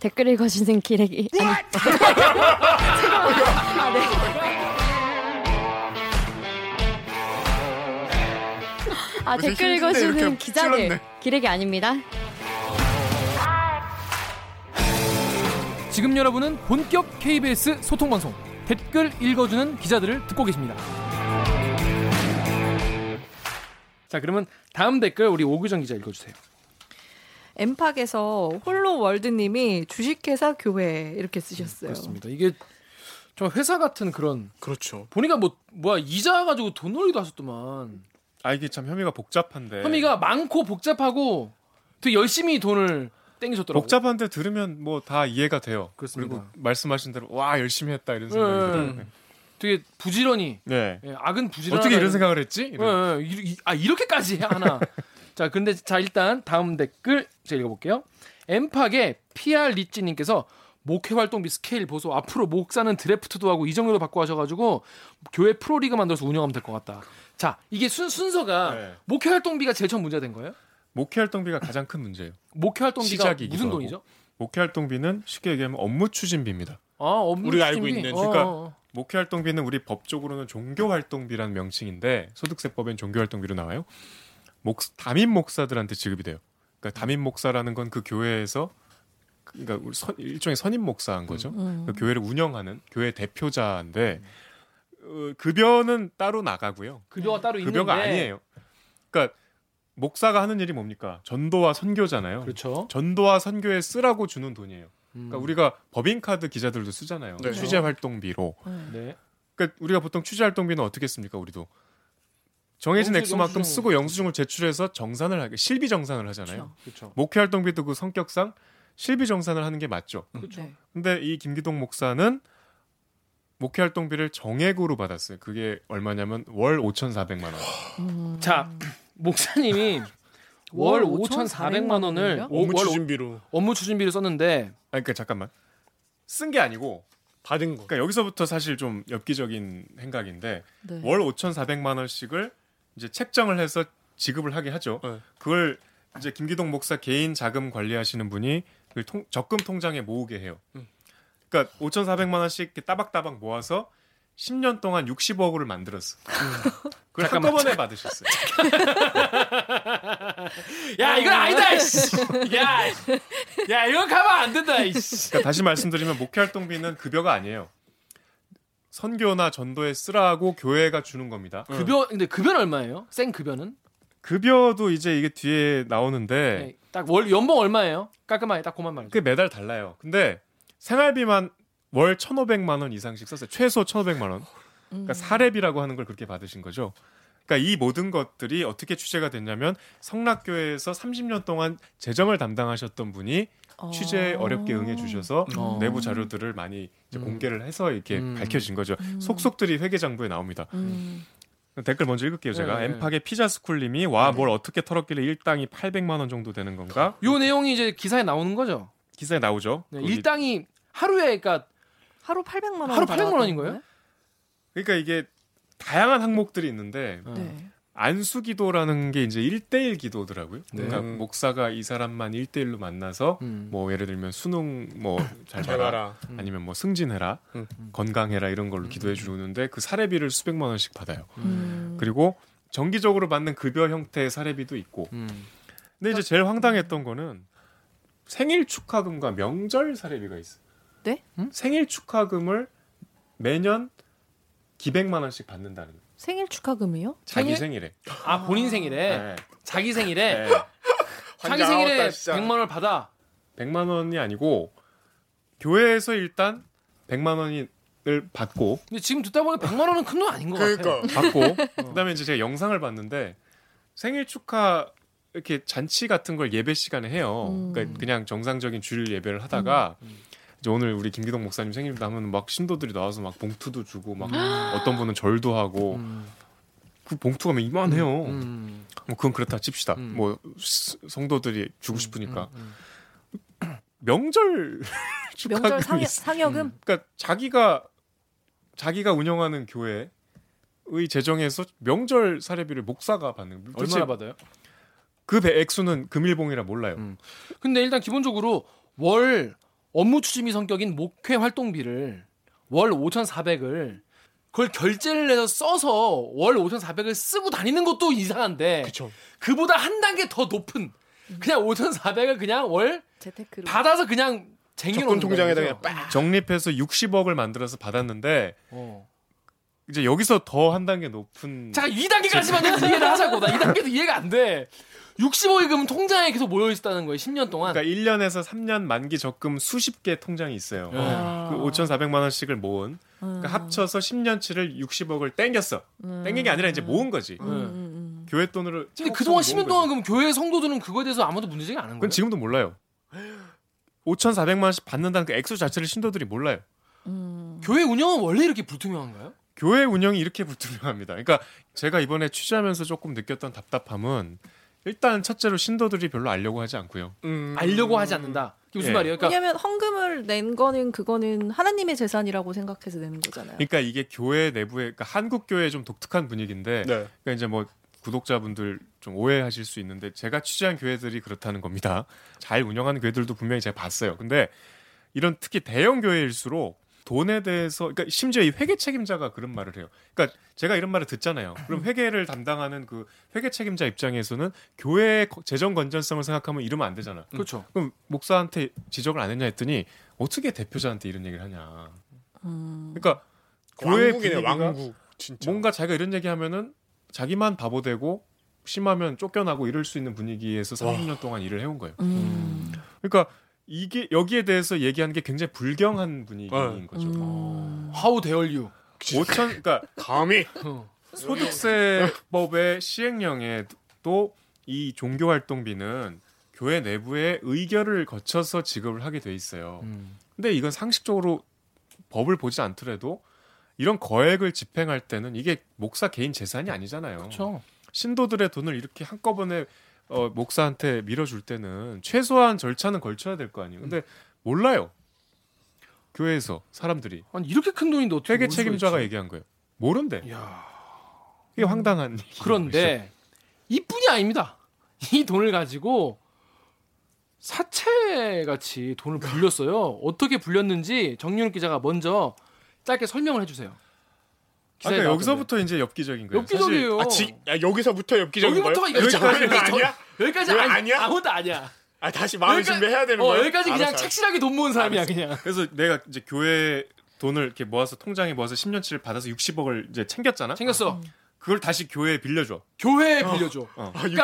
댓글 읽어주는 기레기. 아니. 아, 네. 아, 댓글 되게 힘든데 이렇게 읽어주는 기자들. 찔렀네. 기레기 아닙니다. 지금 여러분은 본격 KBS 소통 방송 댓글 읽어주는 기자들을 듣고 계십니다. 자 그러면 다음 댓글 우리 오규정 기자 읽어주세요. 네. 엠팍에서 홀로 월드님이 주식회사 교회 이렇게 쓰셨어요. 그렇습니다. 이게 좀 회사 같은 그런 그렇죠. 보니까 뭐 뭐야 이자 가지고 돈 놀기도 하셨더만 아 이게 참 혐의가 복잡한데. 혐의가 많고 복잡하고 되게 열심히 돈을 땡기셨더라고요. 복잡한데 들으면 뭐 다 이해가 돼요. 그렇습니다. 리고 말씀하신 대로 와 열심히 했다 이런 예, 생각이 예. 들어요. 되게 부지런히 네. 예, 악은 부지런 어떻게 이런 생각을 했지? 이런. 예, 예. 이- 이- 아 이렇게까지 해야 하나. 자, 근데 자 일단 다음 댓글 제가 읽어볼게요. 엠팍의 PR 리찌님께서 목회 활동비 스케일 보소 앞으로 목사는 드래프트도 하고 이 정도로 바꿔 하셔가지고 교회 프로리그 만들어서 운영하면 될 것 같다. 자, 이게 순 순서가 네. 목회 활동비가 제일 처음 문제가 된 거예요? 목회 활동비가 가장 큰 문제예요. 목회 활동비가 시작이기도 무슨 하고. 돈이죠? 목회 활동비는 쉽게 얘기하면 업무 추진비입니다. 아, 업무 우리가 알고 추진비. 있는, 어, 그러니까 어, 어. 목회 활동비는 우리 법적으로는 종교 활동비라는 명칭인데 소득세법엔 종교 활동비로 나와요. 목 담임 목사들한테 지급이 돼요. 그러니까 담임 목사라는 건 그 교회에서 그러니까 우리 선- 일종의 선임 목사한 거죠. 음, 그 교회를 운영하는 교회 대표자인데 어, 급여는 따로 나가고요. 급여가 따로 있는데 급여가 아니에요. 그러니까 목사가 하는 일이 뭡니까? 전도와 선교잖아요. 그렇죠. 전도와 선교에 쓰라고 주는 돈이에요. 음. 그러니까 우리가 법인카드 기자들도 쓰잖아요. 네. 취재 활동비로. 네. 그러니까 우리가 보통 취재 활동비는 어떻게 씁니까? 우리도 정해진 영수증, 액수만큼 영수증. 쓰고 영수증을 제출해서 정산을 하게 실비 정산을 하잖아요. 그렇죠. 목회 활동비도 그 성격상 실비 정산을 하는 게 맞죠. 그렇죠. 근데 이 김기동 목사는 목회 활동비를 정액으로 받았어요. 그게 얼마냐면 월 5,400만 원. 어, 자, 목사님이 월 5,400만 원을 원이요? 오- 업무 월 오- 추진비로 업무 추진비를 썼는데 아니 그러니까 잠깐만. 쓴 게 아니고 받은 거. 그러니까 여기서부터 사실 좀 엽기적인 행각인데 네. 월 5,400만 원씩을 이제 책정을 해서 지급을 하게 하죠. 네. 그걸 이제 김기동 목사 개인 자금 관리하시는 분이 그 통- 적금 통장에 모으게 해요. 음. 그러니까 5,400만 원씩 이렇게 따박따박 모아서 10년 동안 60억을 만들었어. 그걸 음. 잠깐만. 한꺼번에 받으셨어요. 야 이건 아니다 이씨 야, 야 이건 가만 안 된다 이씨 그러니까 다시 말씀드리면 목회 활동비는 급여가 아니에요. 선교나 전도에 쓰라고 교회가 주는 겁니다. 그 그러니까 급여 근데 급여는 얼마예요? 생 급여는 급여도 이제 이게 뒤에 네. 나오는데 딱 월 연봉 얼마예요? 깔끔하게 딱 그만 말해 그게 매달 달라요. 근데 생활비만 월 1,500만 원 이상씩 썼어요. 최소 1,500만 원. 그러니까 사례비라고 하는 걸 그렇게 받으신 거죠. 그러니까 이 모든 것들이 어떻게 취재가 됐냐면 성락교회에서 30년 동안 재정을 담당하셨던 분이 아. 취재에 어렵게 응해 주셔서 어. 내부 자료들을 많이 이제 음. 공개를 해서 이렇게 음. 밝혀진 거죠. 속속들이 회계장부에 나옵니다. 음. 댓글 먼저 읽을게요. 제가 네. 엠팍의 피자스쿨님이 와 뭘 어떻게 털었길래 일당이 800만 원 정도 되는 건가? 요 내용이 이제 기사에 나오는 거죠 기사에 나오죠. 네, 거기 일당이 하루에 그러니까 하루 800만 원. 하루 800만 원인 거예요? 그러니까 이게 다양한 항목들이 있는데 네. 안수기도라는 게 이제 1대1 기도더라고요. 네. 그러니까 목사가 이 사람만 1대1로 만나서 음. 뭐 예를 들면 수능 뭐 잘 잘 봐라 봐라. 아니면 뭐 승진해라 음. 건강해라 이런 걸로 기도해 주는데 그 사례비를 수백만 원씩 받아요. 음. 그리고 정기적으로 받는 급여 형태의 사례비도 있고. 음. 근데 이제 제일 황당했던 거는 생일 축하금과 명절 사례비가 있어요. 네? 음? 생일 축하금을 매년 기백만 원씩 받는다는 거예요. 생일 축하금이요? 자기 생일? 생일에. 아 본인 생일에 네. 자기 생일에 네. 자기 환장하겠다, 생일에 진짜. 100만 원을 받아 100만 원이 아니고 교회에서 일단 100만 원을 받고 근데 지금 듣다 보니 100만 원은 큰 돈 아닌 것 같아요 그러니까 받고 그다음에 이제 제가 영상을 봤는데 생일 축하 이렇게 잔치 같은 걸 예배 시간에 해요. 음. 그러니까 그냥 정상적인 주일 예배를 하다가 음. 이제 오늘 우리 김기동 목사님 생일도 하면 막 신도들이 나와서 막 봉투도 주고 막 어떤 분은 절도 하고 음. 그 봉투가 막 이만해요. 음. 뭐 그건 그렇다 칩시다. 음. 뭐 스- 성도들이 주고 싶으니까 음. 명절 축하금이 명절 상, 있어요. 상여금? 그러니까 자기가 자기가 운영하는 교회의 재정에서 명절 사례비를 목사가 받는 거예요. 도대체 얼마나 받아요? 그 배- 액수는 금일봉이라 몰라요. 음. 근데 일단 기본적으로 월 업무 추진비 성격인 목회 활동비를 월 5,400을 그걸 결제를 해서 써서 월 5,400을 쓰고 다니는 것도 이상한데 그쵸. 그보다 한 단계 더 높은 그냥 5,400을 그냥 월 재테크로. 받아서 그냥 쟁여놓는 적금 통장에다 거죠. 그냥 빡 적립해서 60억을 만들어서 받았는데 어. 이제 여기서 더 한 단계 높은 자, 2단계까지만 해서 이해를 하자고. 나 2단계도 이해가 안 돼. 65일 금은 통장에 계속 모여 있었다는 거예요. 10년 동안. 그러니까 1년에서 3년 만기 적금 수십 개 통장이 있어요. 아. 네. 그 5,400만 원씩을 모은 음. 그러니까 어. 합쳐서 10년치를 60억을 땡겼어. 땡긴 게 아니라 이제 모은 거지. 음, 네. 교회 돈으로 음. 근데 그동안 10년 모은 거지. 동안 그럼 교회 성도들은 그거에 대해서 아무도 문제가 안 한 거예요. 그건 지금도 몰라요. 5,400만 원씩 받는다는 그 액수 자체를 신도들이 몰라요. 음. 교회 운영은 원래 이렇게 불투명한가요? 교회 운영이 이렇게 불투명합니다. 그러니까 제가 이번에 취재하면서 조금 느꼈던 답답함은 일단 첫째로 신도들이 별로 알려고 하지 않고요. 음. 알려고 하지 않는다. 이게 음. 무슨 예. 말이에요? 그러니까 왜냐하면 헌금을 낸 거는 그거는 하나님의 재산이라고 생각해서 내는 거잖아요. 그러니까 이게 교회 내부에 그러니까 한국 교회의 좀 독특한 분위기인데 네. 그러니까 이제 뭐 구독자분들 좀 오해하실 수 있는데 제가 취재한 교회들이 그렇다는 겁니다. 잘 운영하는 교회들도 분명히 제가 봤어요. 근데 이런 특히 대형 교회일수록 돈에 대해서 그러니까 심지어 이 회계 책임자가 그런 말을 해요. 그러니까 제가 이런 말을 듣잖아요. 그럼 회계를 담당하는 그 회계 책임자 입장에서는 교회의 거- 재정 건전성을 생각하면 이러면 안 되잖아. 음. 그렇죠. 그럼 목사한테 지적을 안 했냐 했더니 어떻게 대표자한테 이런 얘기를 하냐. 그러니까 교회 왕국이네 분위기가 왕국 진짜 뭔가 자기가 이런 얘기 하면은 자기만 바보 되고 심하면 쫓겨나고 이럴 수 있는 분위기에서 30년 동안 일을 해온 거예요. 음. 그러니까 이게 여기에 대해서 얘기하는 게 굉장히 불경한 분위기인 거죠. 어. 음. How dare you? 어. 5천 그러니까 네. 감히 소득세법의 시행령에도 이 종교 활동비는 교회 내부의 의결을 거쳐서 지급을 하게 돼 있어요. 음. 근데 이건 상식적으로 법을 보지 않더라도 이런 거액을 집행할 때는 이게 목사 개인 재산이 아니잖아요. 그렇죠. 신도들의 돈을 이렇게 한꺼번에 어, 목사한테 밀어줄 때는 최소한 절차는 걸쳐야 될 거 아니에요. 근데 몰라요. 교회에서 사람들이 아니 이렇게 큰 돈인데 어떻게 회계 모를 수가 책임자가 있지? 얘기한 거예요. 모른대. 야. 이게 황당한. 얘기인 거죠. 그런데 이뿐이 아닙니다. 이 돈을 가지고 사채 같이 돈을 불렸어요. 어떻게 불렸는지 정윤욱 기자가 먼저 짧게 설명을 해주세요. 아, 기사에 그러니까 나왔던데. 여기서부터 이제 엽기적인 거예요. 사실 엽기적이에요. 아, 지, 아, 여기서부터 엽기적인 거예요? 여기부터가 이거 여기까지는 여기까지 아니야? 여기까지 왜 아니, 아니야? 아무것도 아니야. 아 다시 마음의 여기까지- 준비해야 되는 어, 거예요? 여기까지 그냥 알았어, 알았어. 착실하게 돈 모은 사람이야 그냥. 그래서 내가 이제 교회 돈을 이렇게 모아서 통장에 모아서 10년치를 받아서 60억을 이제 챙겼잖아. 챙겼어. 그걸 다시 교회에 빌려줘. 교회에 빌려줘. 아, 60억을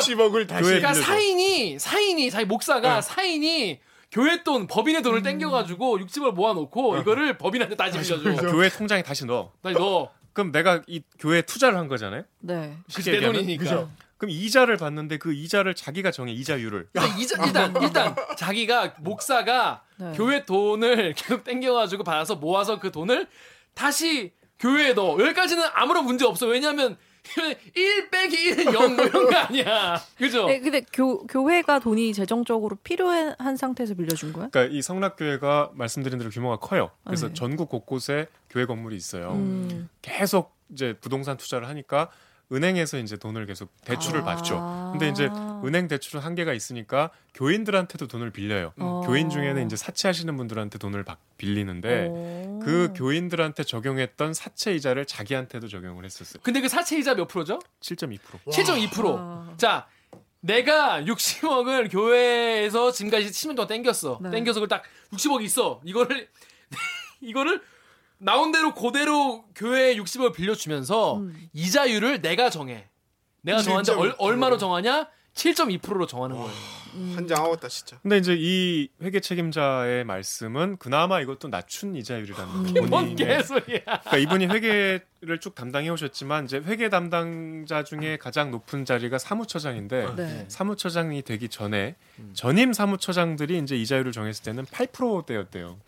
다시 교회- 그러니까 빌려줘. 사인이 사인이 자기 네. 목사가 사인이 교회 돈 법인의 음. 돈을 땡겨가지고 육집을 어. 모아놓고 이거를 법인한테 다시 빌려줘. 교회 통장에 다시 넣어. 나 너. 그럼 내가 이 교회에 투자를 한 거잖아요. 네. 그치, 쉽게 내 얘기하면. 돈이니까. 그죠? 그럼 이자를 받는데 그 이자를 자기가 정해 이자율을. 근데 이자- 일단 일단 음. 자기가 목사가 네. 교회 돈을 계속 땡겨가지고 받아서 모아서 그 돈을 다시 교회에 넣어. 여기까지는 아무런 문제 없어. 왜냐하면 1 빼기 1은 0 뭐 이런 거 아니야. 어. 그죠? 네, 근데 교, 교회가 돈이 재정적으로 필요한 상태에서 빌려준 거야? 그러니까 이 성락교회가 말씀드린 대로 규모가 커요. 그래서 네. 전국 곳곳에 교회 건물이 있어요. 음. 계속 이제 부동산 투자를 하니까 은행에서 이제 돈을 계속 대출을 아. 받죠. 근데 이제 은행 대출은 한계가 있으니까 교인들한테도 돈을 빌려요. 어. 교인 중에는 이제 사채하시는 분들한테 돈을 박- 빌리는데 오. 그 교인들한테 적용했던 사채 이자를 자기한테도 적용을 했었어요. 근데 그 사채 이자 몇 프로죠? 7.2%. 7.2%. 와. 자, 내가 60억을 교회에서 지금까지 10년 동안 땡겼어. 네. 땡겨서 그걸 딱 60억이 있어. 이거를 이거를 나온 대로 그대로 교회에 60억을 빌려주면서 이자율을 내가 정해. 내가 정하는데 얼, 7.2%. 얼마로 정하냐? 7.2%로 정하는 거예요. 한장 하웠다 음. 진짜 근데 이제 이 회계 책임자의 말씀은 그나마 이것도 낮춘 아, 이자율이라는 거예요. 뭔 본인의 개소리야. 그러니까 이분이 회계를 쭉 담당해 오셨지만 이제 회계 담당자 중에 가장 높은 자리가 사무처장인데 네. 음. 사무처장이 되기 전에 전임 사무처장들이 이제 이자율을 정했을 때는 8%대였대요.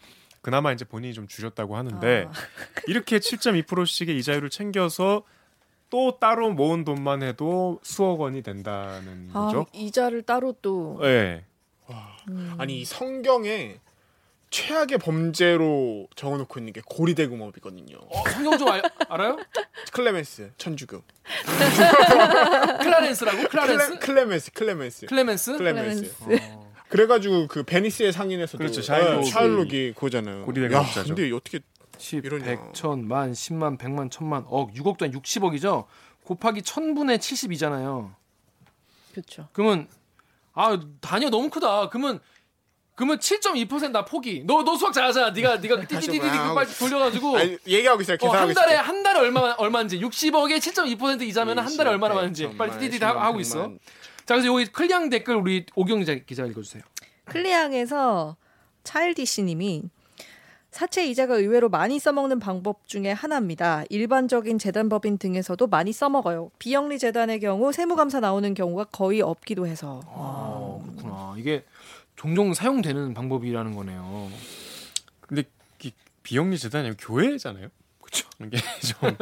그나마 이제 본인이 좀 줄였다고 아. 하는데 이렇게 7.2%씩의 이자율을 챙겨서 또 따로 모은 돈만 해도 수억 원이 된다는 아, 네. 거죠. 이자를 따로 또 예. 음. 아니 이 성경에 최악의 범죄로 정해놓고 있는 게 고리대금업이거든요 어, 성경 좀 알, 알아요? 클레멘스 천주교 클라렌스라고? 클라렌스? 클레, 클레멘스 클레멘스 클레멘스? 클레멘스 클레멘스. 어. 그래가지고 그 베니스의 상인에서도 그렇죠, 샤일록이. 예, 샤일록이 그거잖아요. 고리대금 야, 목사죠. 근데 어떻게 10, 이러냐. 100, 1000, 만, 10만, 100만, 1000만, 억, 6억도 한 60억이죠. 곱하기 1000분의 72잖아요. 그렇죠. 그러면 아, 단위가 너무 크다. 그러면 그러면 7.2%나 포기. 너 너 수학 잘하잖아. 네가 네가 다시 띠디디디 뭐야. 빨리 돌려 가지고 아니, 얘기하고 있어요. 어, 계산하고 한 달에 있어요. 한 달에 얼마 얼마인지 60억에 7.2% 이자면 한 달에 얼마나 많은지 10,000, 빨리 띠디디 10,000, 하고 있어. 자, 그래서 여기 클리앙 댓글 우리 오경 기자, 기자 읽어주세요. 클리앙에서 차일디씨님이 사채 이자가 의외로 많이 써먹는 방법 중에 하나입니다. 일반적인 재단법인 등에서도 많이 써먹어요. 비영리 재단의 경우 세무감사 나오는 경우가 거의 없기도 해서. 아, 그렇구나. 이게 종종 사용되는 방법이라는 거네요. 근데 이 비영리 재단이 아니고 교회잖아요. 그쵸. 이게 좀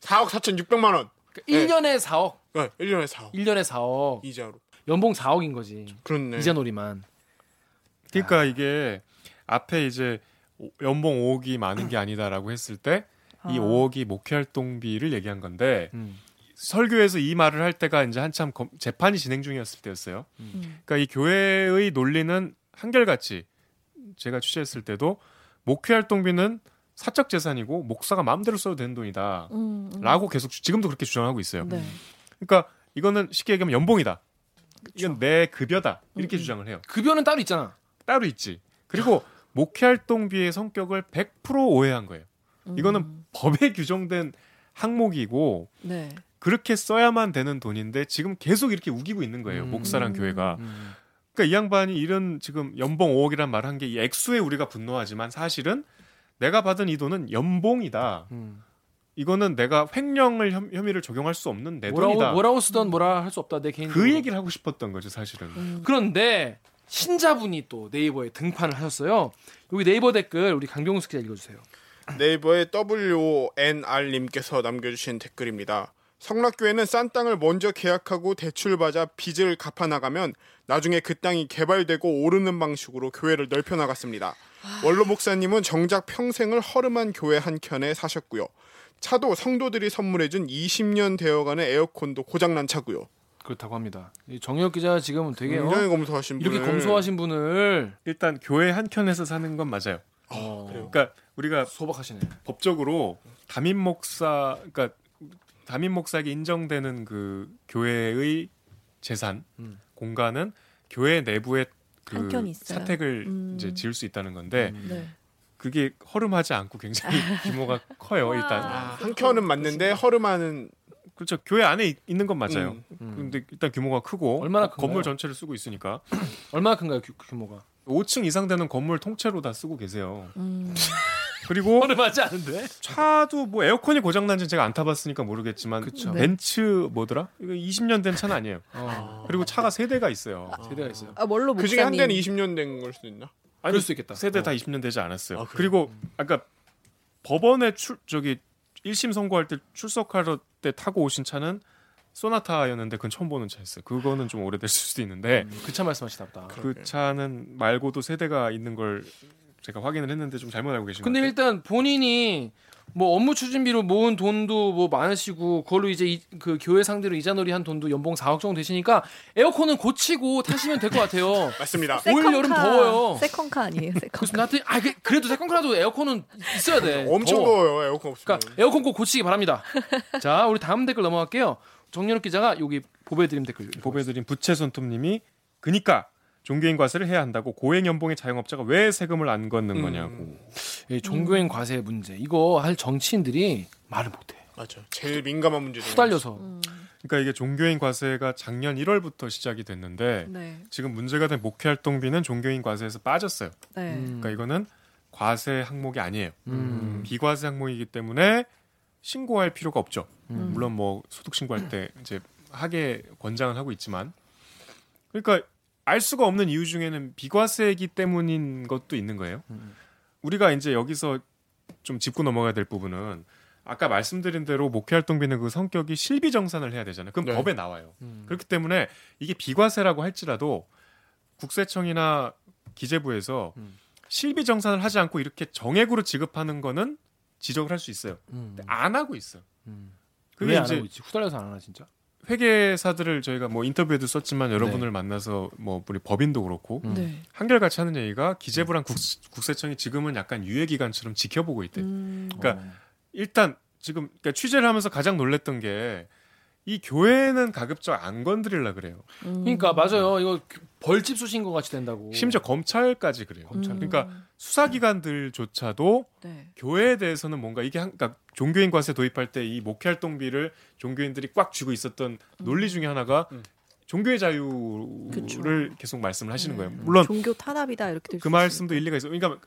4억 4,600만 원. 그러니까 1년에 4억, 네, 1년에 4억 1년에 4억, 이자로. 연봉 4억인 거지. 그렇네. 이자놀이만. 그러니까 이게 앞에 이제 오- 연봉 5억이 많은 게 아니다라고 했을 때 아. 이 5억이 목회 활동비를 얘기한 건데 음. 설교에서 이 말을 할 때가 이제 한참 검- 재판이 진행 중이었을 때였어요. 음. 그러니까 이 교회의 논리는 한결같이 제가 취재했을 때도 목회 활동비는 사적 재산이고 목사가 마음대로 써도 되는 돈이다라고 음, 음. 계속 주- 지금도 그렇게 주장하고 있어요. 네. 그러니까 이거는 쉽게 얘기하면 연봉이다. 이건 내 급여다 음, 이렇게 주장을 해요. 급여는 따로 있잖아. 따로 있지. 그리고 목회 활동비의 성격을 100% 오해한 거예요. 음. 이거는 법에 규정된 항목이고 네. 그렇게 써야만 되는 돈인데 지금 계속 이렇게 우기고 있는 거예요. 음. 목사랑 음. 교회가. 음. 그러니까 이 양반이 이런 지금 연봉 5억이란 말 한 게 이 액수에 우리가 분노하지만 사실은 내가 받은 이 돈은 연봉이다. 음. 이거는 내가 횡령을 혐, 혐의를 적용할 수 없는 내 뭐라고 돈이다. 뭐라고 쓰던 뭐라 할 수 없다. 내 개인. 그 얘기를 하고 싶었던 거죠, 사실은. 그런데 신자분이 또 네이버에 등판을 하셨어요. 여기 네이버 댓글 우리 강병수 기자 읽어주세요. 네이버의 WNR님께서 남겨주신 댓글입니다. 성락교회는 싼 땅을 먼저 계약하고 대출받아 빚을 갚아나가면 나중에 그 땅이 개발되고 오르는 방식으로 교회를 넓혀나갔습니다. 원로 목사님은 정작 평생을 허름한 교회 한 켠에 사셨고요. 차도 성도들이 선물해준 20년 되어가는 에어컨도 고장난 차고요. 그렇다고 합니다. 이 정혜혁 기자 지금 되게 어? 굉장히 검소하신 분을 그 이렇게 검소하신 분을 일단 교회 한켠에서 사는 건 맞아요. 그 어, 그러니까 우리가 소박하시네. 법적으로 담임 목사 그러니까 담임 목사에게 인정되는 그 교회의 재산 음. 공간은 교회 내부에 그 한켠이 있어요. 사택을 음. 이제 지을 수 있다는 건데 음. 네. 그게 허름하지 않고 굉장히 규모가 커요 일단 아, 한 켠은 맞는데 허름한 그렇죠 교회 안에 있- 있는 건 맞아요 음. 근데 일단 규모가 크고 그 얼마나 큰가요? 건물 전체를 쓰고 있으니까 얼마나 큰가요 규- 규모가? 5층 이상 되는 건물 통째로 다 쓰고 계세요 음. 그리고 허를 맞지 않은데? 차도 뭐 에어컨이 고장난지 제가 안 타봤으니까 모르겠지만 그쵸. 벤츠 뭐더라? 이거 20년 된 차는 아니에요. 어, 그리고 차가 세 대가 있어요. 세대가 있어요. 아, 원로 목사님. 그 중에 한 대는 20년 된 걸 수도 있나? 아니, 그럴 수 있겠다. 세대 다 어. 20년 되지 않았어요. 아, 그래요? 그리고 아까 법원에 출 저기 1심 선고할 때 출석할 때 타고 오신 차는 소나타였는데 그건 처음 보는 차였어요. 그거는 좀 오래됐을 수도 있는데 그 차 말씀하시다 보다. 그 차는 말고도 세대가 있는 걸 제가 확인을 했는데 좀 잘못 알고 계신 것 근데 같아요. 일단 본인이 뭐 업무 추진비로 모은 돈도 뭐 많으시고 그걸로 이제 이- 그 교회 상대로 이자놀이 한 돈도 연봉 4억 정도 되시니까 에어컨은 고치고 타시면 될 것 같아요. 맞습니다. 올 세컨카. 여름 더워요. 세컨카 아니에요? 그래서 세컨카. 나한테 아 그- 그래도 세컨카라도 에어컨은 있어야 돼. 엄청 더워. 더워요. 에어컨 없으면. 그러니까 에어컨 꼭 고치기 바랍니다. 자, 우리 다음 댓글 넘어갈게요. 정연욱 기자가 여기 보배드림 댓글. 보배드린 부채손톱님이 그니까 종교인 과세를 해야 한다고 고액 연봉의 자영업자가 왜 세금을 안 걷는 음. 거냐고. 예, 음. 종교인 과세 문제. 이거 할 정치인들이 말을 못 해. 맞아. 제일 민감한 음. 문제죠. 후달려서. 그러니까 이게 종교인 과세가 작년 1월부터 시작이 됐는데 네. 지금 문제가 된 목회 활동비는 종교인 과세에서 빠졌어요. 네. 음. 그러니까 이거는 과세 항목이 아니에요. 음. 비과세 항목이기 때문에 신고할 필요가 없죠. 음. 물론 뭐 소득 신고할 때 이제 하게 권장을 하고 있지만 그러니까 알 수가 없는 이유 중에는 비과세이기 때문인 것도 있는 거예요. 음. 우리가 이제 여기서 좀 짚고 넘어가야 될 부분은 아까 말씀드린 대로 목회 활동비는 그 성격이 실비 정산을 해야 되잖아요. 그럼 네. 법에 나와요. 음. 그렇기 때문에 이게 비과세라고 할지라도 국세청이나 기재부에서 음. 실비 정산을 하지 않고 이렇게 정액으로 지급하는 거는 지적을 할 수 있어요. 음. 근데 안 하고 있어. 요 음. 그게 왜안 이제 하고 있지? 후달려서 안 하나 진짜? 회계사들을 저희가 뭐 인터뷰에도 썼지만 여러분을 만나서 뭐 우리 법인도 그렇고 네. 음. 네. 네. 한결같이 하는 얘기가 기재부랑 국, 세청이 지금은 약간 유예기간처럼 지켜보고 있대. 요 음. 그러니까 어. 일단 지금 그러니까 취재를 하면서 가장 놀랬던 게 이 교회는 가급적 안 건드리려 그래요. 음. 그러니까 맞아요. 이거 벌집 쑤신 것 같이 된다고. 심지어 검찰까지 그래요. 검찰. 그러니까 수사기관들조차도 네. 교회에 대해서는 뭔가 이게 한, 그러니까 종교인 과세 도입할 때 이 목회활동비를 종교인들이 꽉 쥐고 있었던 논리 중에 하나가 음. 종교의 자유를 그쵸. 계속 말씀을 하시는 네. 거예요. 물론 종교 탄압이다 이렇게 될수 그 말씀도 일리가 있어. 그러니까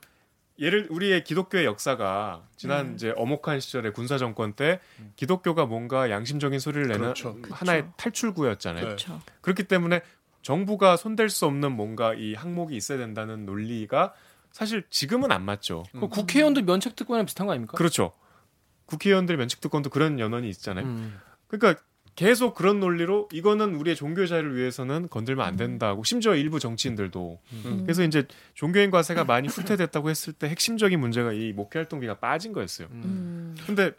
예를 우리의 기독교의 역사가 지난 음. 이제 어목한 시절의 군사 정권 때 기독교가 뭔가 양심적인 소리를 내는 그렇죠. 하나의 그쵸. 탈출구였잖아요. 네. 그렇죠. 그렇기 때문에 정부가 손댈 수 없는 뭔가 이 항목이 있어야 된다는 논리가 사실 지금은 안 맞죠. 그 국회의원도 면책 특권이랑 비슷한 거 아닙니까? 그렇죠. 국회의원들 면책 특권도 그런 연원이 있잖아요. 음. 그러니까 계속 그런 논리로 이거는 우리의 종교 자유를 위해서는 건들면 안 된다고 심지어 일부 정치인들도 음. 그래서 이제 종교인 과세가 많이 후퇴됐다고 했을 때 핵심적인 문제가 이 목회 활동비가 빠진 거였어요. 음. 음. 근데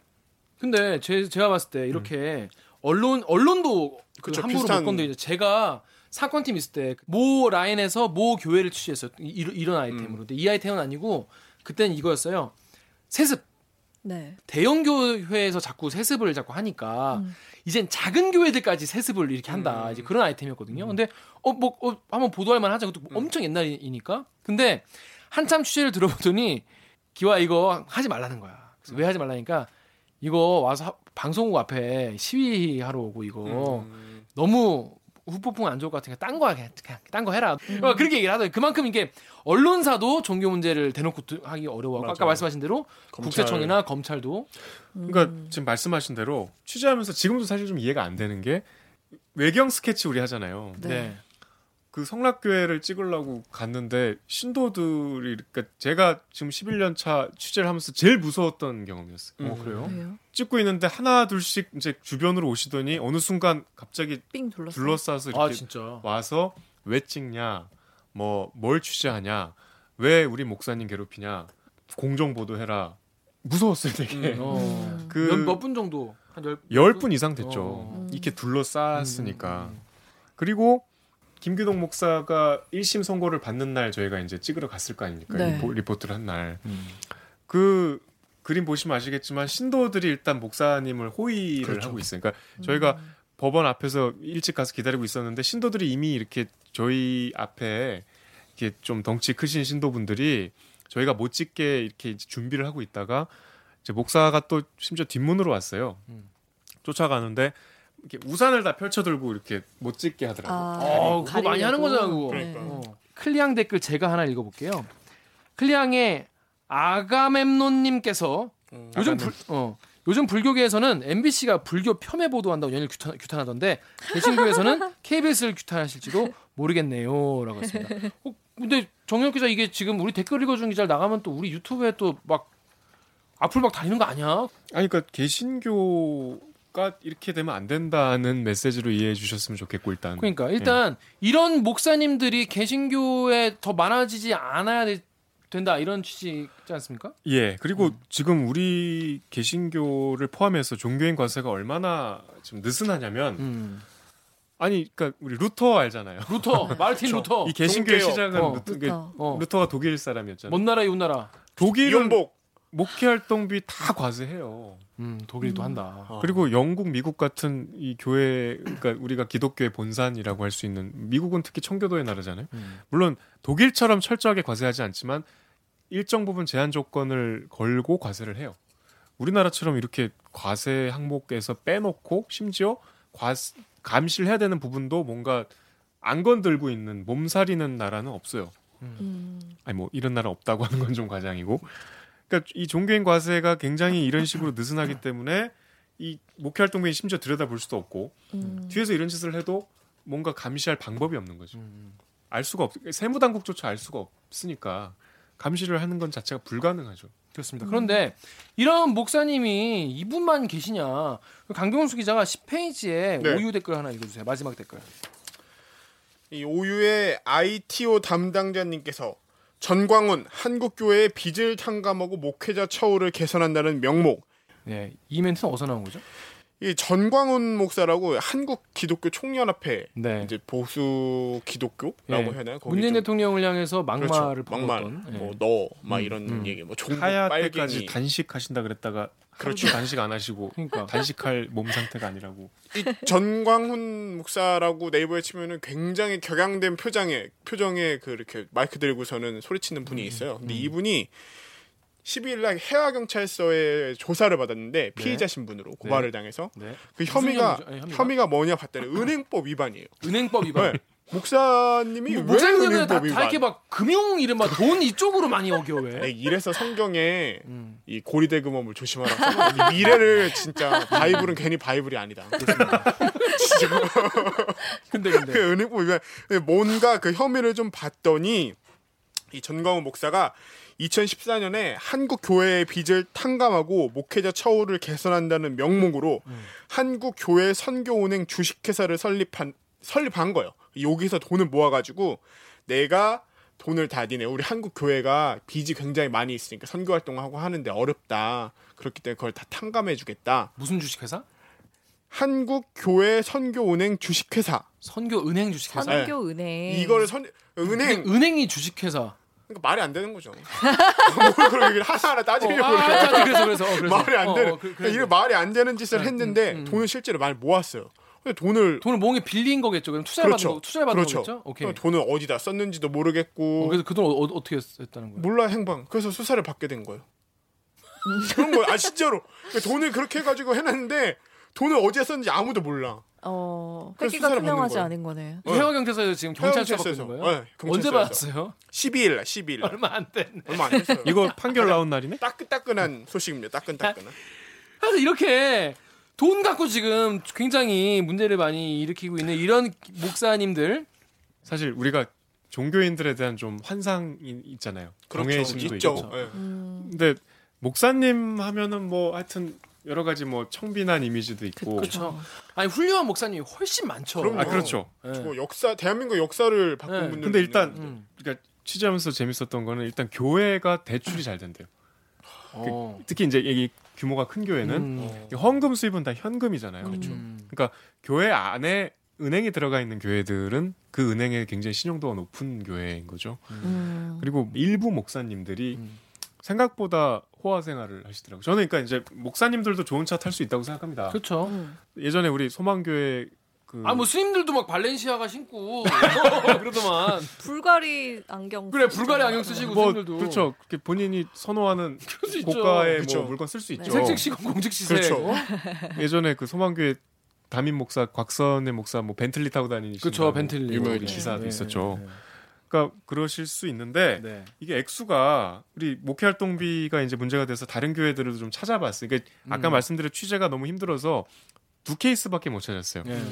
근데 제, 제가 봤을 때 이렇게 언론 언론도 그 그쵸, 함부로 비슷한- 못 건드리죠. 제가 사건팀 있을 때 모 라인에서 모 교회를 취재했어요. 이, 이런 아이템으로. 근데 이 아이템은 아니고 그때는 이거였어요. 세습 네. 대형 교회에서 자꾸 세습을 자꾸 하니까 음. 이젠 작은 교회들까지 세습을 이렇게 한다 음. 음. 이제 그런 아이템이었거든요. 근데 어 뭐 어, 한번 보도할 만하죠. 그것도 엄청 옛날이니까. 근데 한참 취재를 들어보더니 기와 이거 하지 말라는 거야. 그래서 왜 하지 말라니까 이거 와서 하- 방송국 앞에 시위하러 오고 이거 음. 너무 후폭풍 안 좋을 것 같으니까 딴 거야 그냥, 그냥 딴거 해라 음. 어, 그렇게 얘기를 하더니 그만큼 이게 언론사도 종교 문제를 대놓고 두- 하기 어려워하고 아까 맞아요. 말씀하신 대로 국세청이나 검찰도 그러니까 지금 말씀하신 대로 취재하면서 지금도 사실 좀 이해가 안 되는 게 외경 스케치 우리 하잖아요. 네. 그 성락교회를 찍으려고 갔는데 신도들이 그러니까 제가 지금 11년 차 취재를 하면서 제일 무서웠던 경험이었어요. 음. 어, 그래요? 왜요? 찍고 있는데 하나 둘씩 이제 주변으로 오시더니 어느 순간 갑자기 삥 둘렀어요. 둘러싸서 아 이렇게 진짜. 와서 왜 찍냐, 뭐 뭘 취재하냐, 왜 우리 목사님 괴롭히냐, 공정 보도해라. 무서웠어요 되게. 음. 어. 음. 그 몇 분 정도 한열 열 분 이상 됐죠. 어. 이렇게 둘러쌌으니까. 그리고 김규동 목사가 1심 선고를 받는 날 저희가 이제 찍으러 갔을 거 아닙니까? 네. 리포, 리포트를 한 날. 그 그림 보시면 아시겠지만 신도들이 일단 목사님을 호의를 그렇죠. 하고 있어요. 그러니까 저희가 법원 앞에서 일찍 가서 기다리고 있었는데 신도들이 이미 이렇게 저희 앞에 이렇게 좀 덩치 크신 신도분들이 저희가 못 찍게 이렇게 이제 준비를 하고 있다가 이제 목사가 또 심지어 뒷문으로 왔어요. 음. 쫓아가는데 이렇게 우산을 다 펼쳐 들고 이렇게 못 찍게 하더라고요. 아. 어, 그거 네. 가리려고. 네. 많이 하는 거잖아 그거. 그러니까. 어. 클리앙 댓글 제가 하나 읽어볼게요. 클리앙의 아가멤논님께서 음. 요즘 불, 어, 요즘 불교계에서는 MBC가 불교 폄훼 보도한다고 연일 규탄, 규탄하던데 개신교에서는 KBS를 규탄하실지도 모르겠네요라고 했습니다. 어, 근데 정혁 기자 이게 지금 우리 댓글 읽어준 기자 나가면 또 우리 유튜브에 또 막 악플 막 달리는 거 아니야? 아니 그러니까 개신교가 이렇게 되면 안 된다는 메시지로 이해해 주셨으면 좋겠고 음. 일단. 그러니까 일단 이런 목사님들이 개신교에 더 많아지지 않아야 되- 된다 이런 취지지 않습니까? 예, 그리고 음. 지금 우리 개신교를 포함해서 종교인 과세가 얼마나 지금 느슨하냐면 음. 아니 그러니까 우리 루터 알잖아요. 루터, 마르틴 루터, 이 개신교의 종교요. 시작은 어, 루터, 루터. 어. 루터가 독일 사람이었잖아요. 뭐 먼 나라 이웃 나라. 독일은 이혼복 목회 활동비 다 과세해요. 음, 독일도 한다. 어. 그리고 영국, 미국 같은 이 교회, 그러니까 우리가 기독교의 본산이라고 할 수 있는 미국은 특히 청교도의 나라잖아요. 음. 물론 독일처럼 철저하게 과세하지 않지만 일정 부분 제한 조건을 걸고 과세를 해요. 우리나라처럼 이렇게 과세 항목에서 빼놓고 심지어 과 감시를 해야 되는 부분도 뭔가 안 건들고 있는 몸살이는 나라는 없어요. 음. 아니 뭐 이런 나라 없다고 하는 건 좀 과장이고 그러니까 이 종교인 과세가 굉장히 이런 식으로 느슨하기 때문에 이 목회 활동비는 심지어 들여다볼 수도 없고 음. 뒤에서 이런 짓을 해도 뭔가 감시할 방법이 없는 음, 거죠 알 수가 없 세무 당국조차 알 수가 없으니까 감시를 하는 건 자체가 불가능하죠 그렇습니다. 그런데 이런 목사님이 이분만 계시냐? 강병수 기자가 10페이지에 네. 오유 댓글 하나 읽어주세요. 마지막 댓글. 이 오유의 ITO 담당자님께서 전광훈 한국교회의 빚을 탕감하고 목회자 처우를 개선한다는 명목 예, 네, 이 멘트는 어디서 나온 거죠? 이 전광훈 목사라고 한국 기독교 총연합회 네. 이제 보수 기독교라고 예. 해야 되나? 거기 문재인 좀- 대통령을 향해서 막말을 그렇죠. 막말, 퍼붓던 음. 예. 뭐너막 이런 얘기, 뭐 종북 하야 빨갱이, 때까지 단식하신다 그랬다가 그렇죠. 단식 안 하시고 그러니까. 단식할 몸 상태가 아니라고 이 전광훈 목사라고 네이버에 치면은 굉장히 격양된 표정에 표정에 그 이렇게 마이크 들고서는 소리치는 분이 음, 있어요. 근데 이분이 12일 날 해와 경찰서에 조사를 받았는데 피해자 신분으로 고발을 당해서 네. 그 무슨 혐의가 혐의죠? 예, 혐의가? 혐의가 뭐냐 봤더니 은행법 위반이에요. 은행법 네. 위반. 목사님이 뭐 왜 무장들은 다, 은행법 다 위반? 이렇게 막 금융 이름 막돈 이쪽으로 많이 어겨 왜? 네, 이래서 성경에 음. 이 고리대금험을 조심하라고 써놓은 이 미래를 진짜 바이블은 괜히 바이블이 아니다. 근데 그 근데 은행법 위반 뭔가 그 혐의를 좀 봤더니 이 전광훈 목사가 2014년에 한국 교회의 빚을 탕감하고 목회자 처우를 개선한다는 명목으로 한국 교회 선교은행 주식회사를 설립한 설립한 거예요. 여기서 돈을 모아가지고 내가 돈을 다 니네 우리 한국 교회가 빚이 굉장히 많이 있으니까 선교 활동하고 하는데 어렵다. 그렇기 때문에 그걸 다 탕감해주겠다. 무슨 주식회사? 한국 교회 선교은행 주식회사 선교 은행 주식회사. 아, 선교 은행. 이거를 선 은행 은행이 주식회사. 그러니까 말이 안 되는 거죠. 뭘 그런 얘기를 하나하나 어, 따지려고 아, 그래. 아, 그래서 그래서, 어, 그래서. 말이 안 어, 되는. 어, 그, 네, 음, 그러니까 그래. 이런 말이 안 되는 짓을 했는데 돈을 실제로 많이 모았어요. 근데 돈을 돈을 모은 게 빌린 거겠죠. 그럼 투자를 받은 그렇죠. 거, 투자를 받은 그렇죠. 거겠죠. 오케이. 그럼 돈을 어디다 썼는지도 모르겠고 어, 그래서 그 돈 어, 어, 떻게 했다는 거예요? 몰라 행방. 그래서 수사를 받게 된 거예요. 그런 거예요. 아 진짜로 그러니까 돈을 그렇게 해가지고 해놨는데 돈을 어디에 썼는지 아무도 몰라. 어, 그래서 회계가 수사를 받는 투명하지 거예요. 않은 거네. 어. 해외 경찰서에서 지금 경찰서 받고 있는 경찰서에서. 거예요? 네, 경찰서에서. 언제 받았어요? 12일 날 12일 날 얼마 안 됐네. 얼마 안 됐어요. 이거 판결 나온 날이네? 따끈따끈한 소식입니다. 따끈따끈한. 그래서 이렇게 돈 갖고 지금 굉장히 문제를 많이 일으키고 있는 이런 목사님들 사실 우리가 종교인들에 대한 좀 환상이 있잖아요. 그렇죠. 경외의 심도 있고. 예. 근데 목사님 하면은 뭐 하여튼 여러 가지 뭐 청빈한 이미지도 있고. 그렇죠. 아니 훌륭한 목사님이 훨씬 많죠. 그럼요. 아 그렇죠. 예. 네. 뭐 역사 대한민국 역사를 바꾼 네. 분들 근데 일단 음. 그러니까 취재하면서 재밌었던 거는 일단 교회가 음. 대출이 잘 된대요. 그 어. 특히 이제 이 규모가 큰 교회는 음. 이 헌금 수입은 다 현금이잖아요. 음. 그러니까 교회 안에 은행이 들어가 있는 교회들은 그 은행의 굉장히 신용도가 높은 교회인 거죠. 음. 그리고 일부 목사님들이 음. 생각보다 호화 생활을 하시더라고요. 저는 그러니까 이제 목사님들도 좋은 차 탈 수 있다고 생각합니다. 그렇죠. 음. 예전에 우리 소망교회 그 아, 뭐 스님들도 막 발렌시아가 신고 뭐 그러더만. 불가리 안경. 그래, 쓰시잖아. 불가리 안경 쓰시고 뭐, 스님들도. 그렇죠. 그렇게 본인이 선호하는 그럴 수 있죠. 고가의 그렇죠. 뭐 물건 쓸 수 있죠. 색색 시공 공직 시세. 뭐. 그렇죠. 네. 예전에 그 소망교회 담임 목사 곽선의 목사 뭐 벤틀리 타고 다니시는 그렇죠. 벤틀리. 유명한 우리 네. 기사도 네. 있었죠. 그러니까 그러실 수 있는데 네. 네. 이게 액수가 우리 목회 활동비가 이제 문제가 돼서 다른 교회들을 좀 찾아봤어요. 그러니까 아까 음. 말씀드린 취재가 너무 힘들어서 두 케이스밖에 못 찾았어요. 네.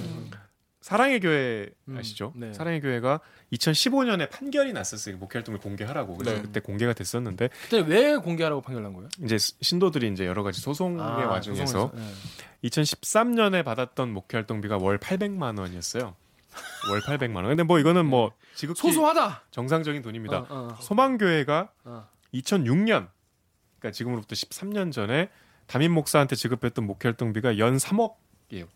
사랑의 교회 음, 아시죠? 네. 사랑의 교회가 2015년에 판결이 났었어요. 목회 활동을 공개하라고. 그래서 네. 그때 공개가 됐었는데 그때 왜 공개하라고 판결난 거예요? 이제 스- 신도들이 이제 여러 가지 소송의 아, 와중에서 조성에서. 네. 2013년에 받았던 목회 활동비가 월 800만 원이었어요. 월 800만 원. 근데 뭐 이거는 뭐 지극히 네. 소소하다. 정상적인 돈입니다. 어, 소망교회가 어, 어. 2006년 그러니까 지금으로부터 13년 전에 담임 목사한테 지급했던 목회 활동비가 연 3억이에요.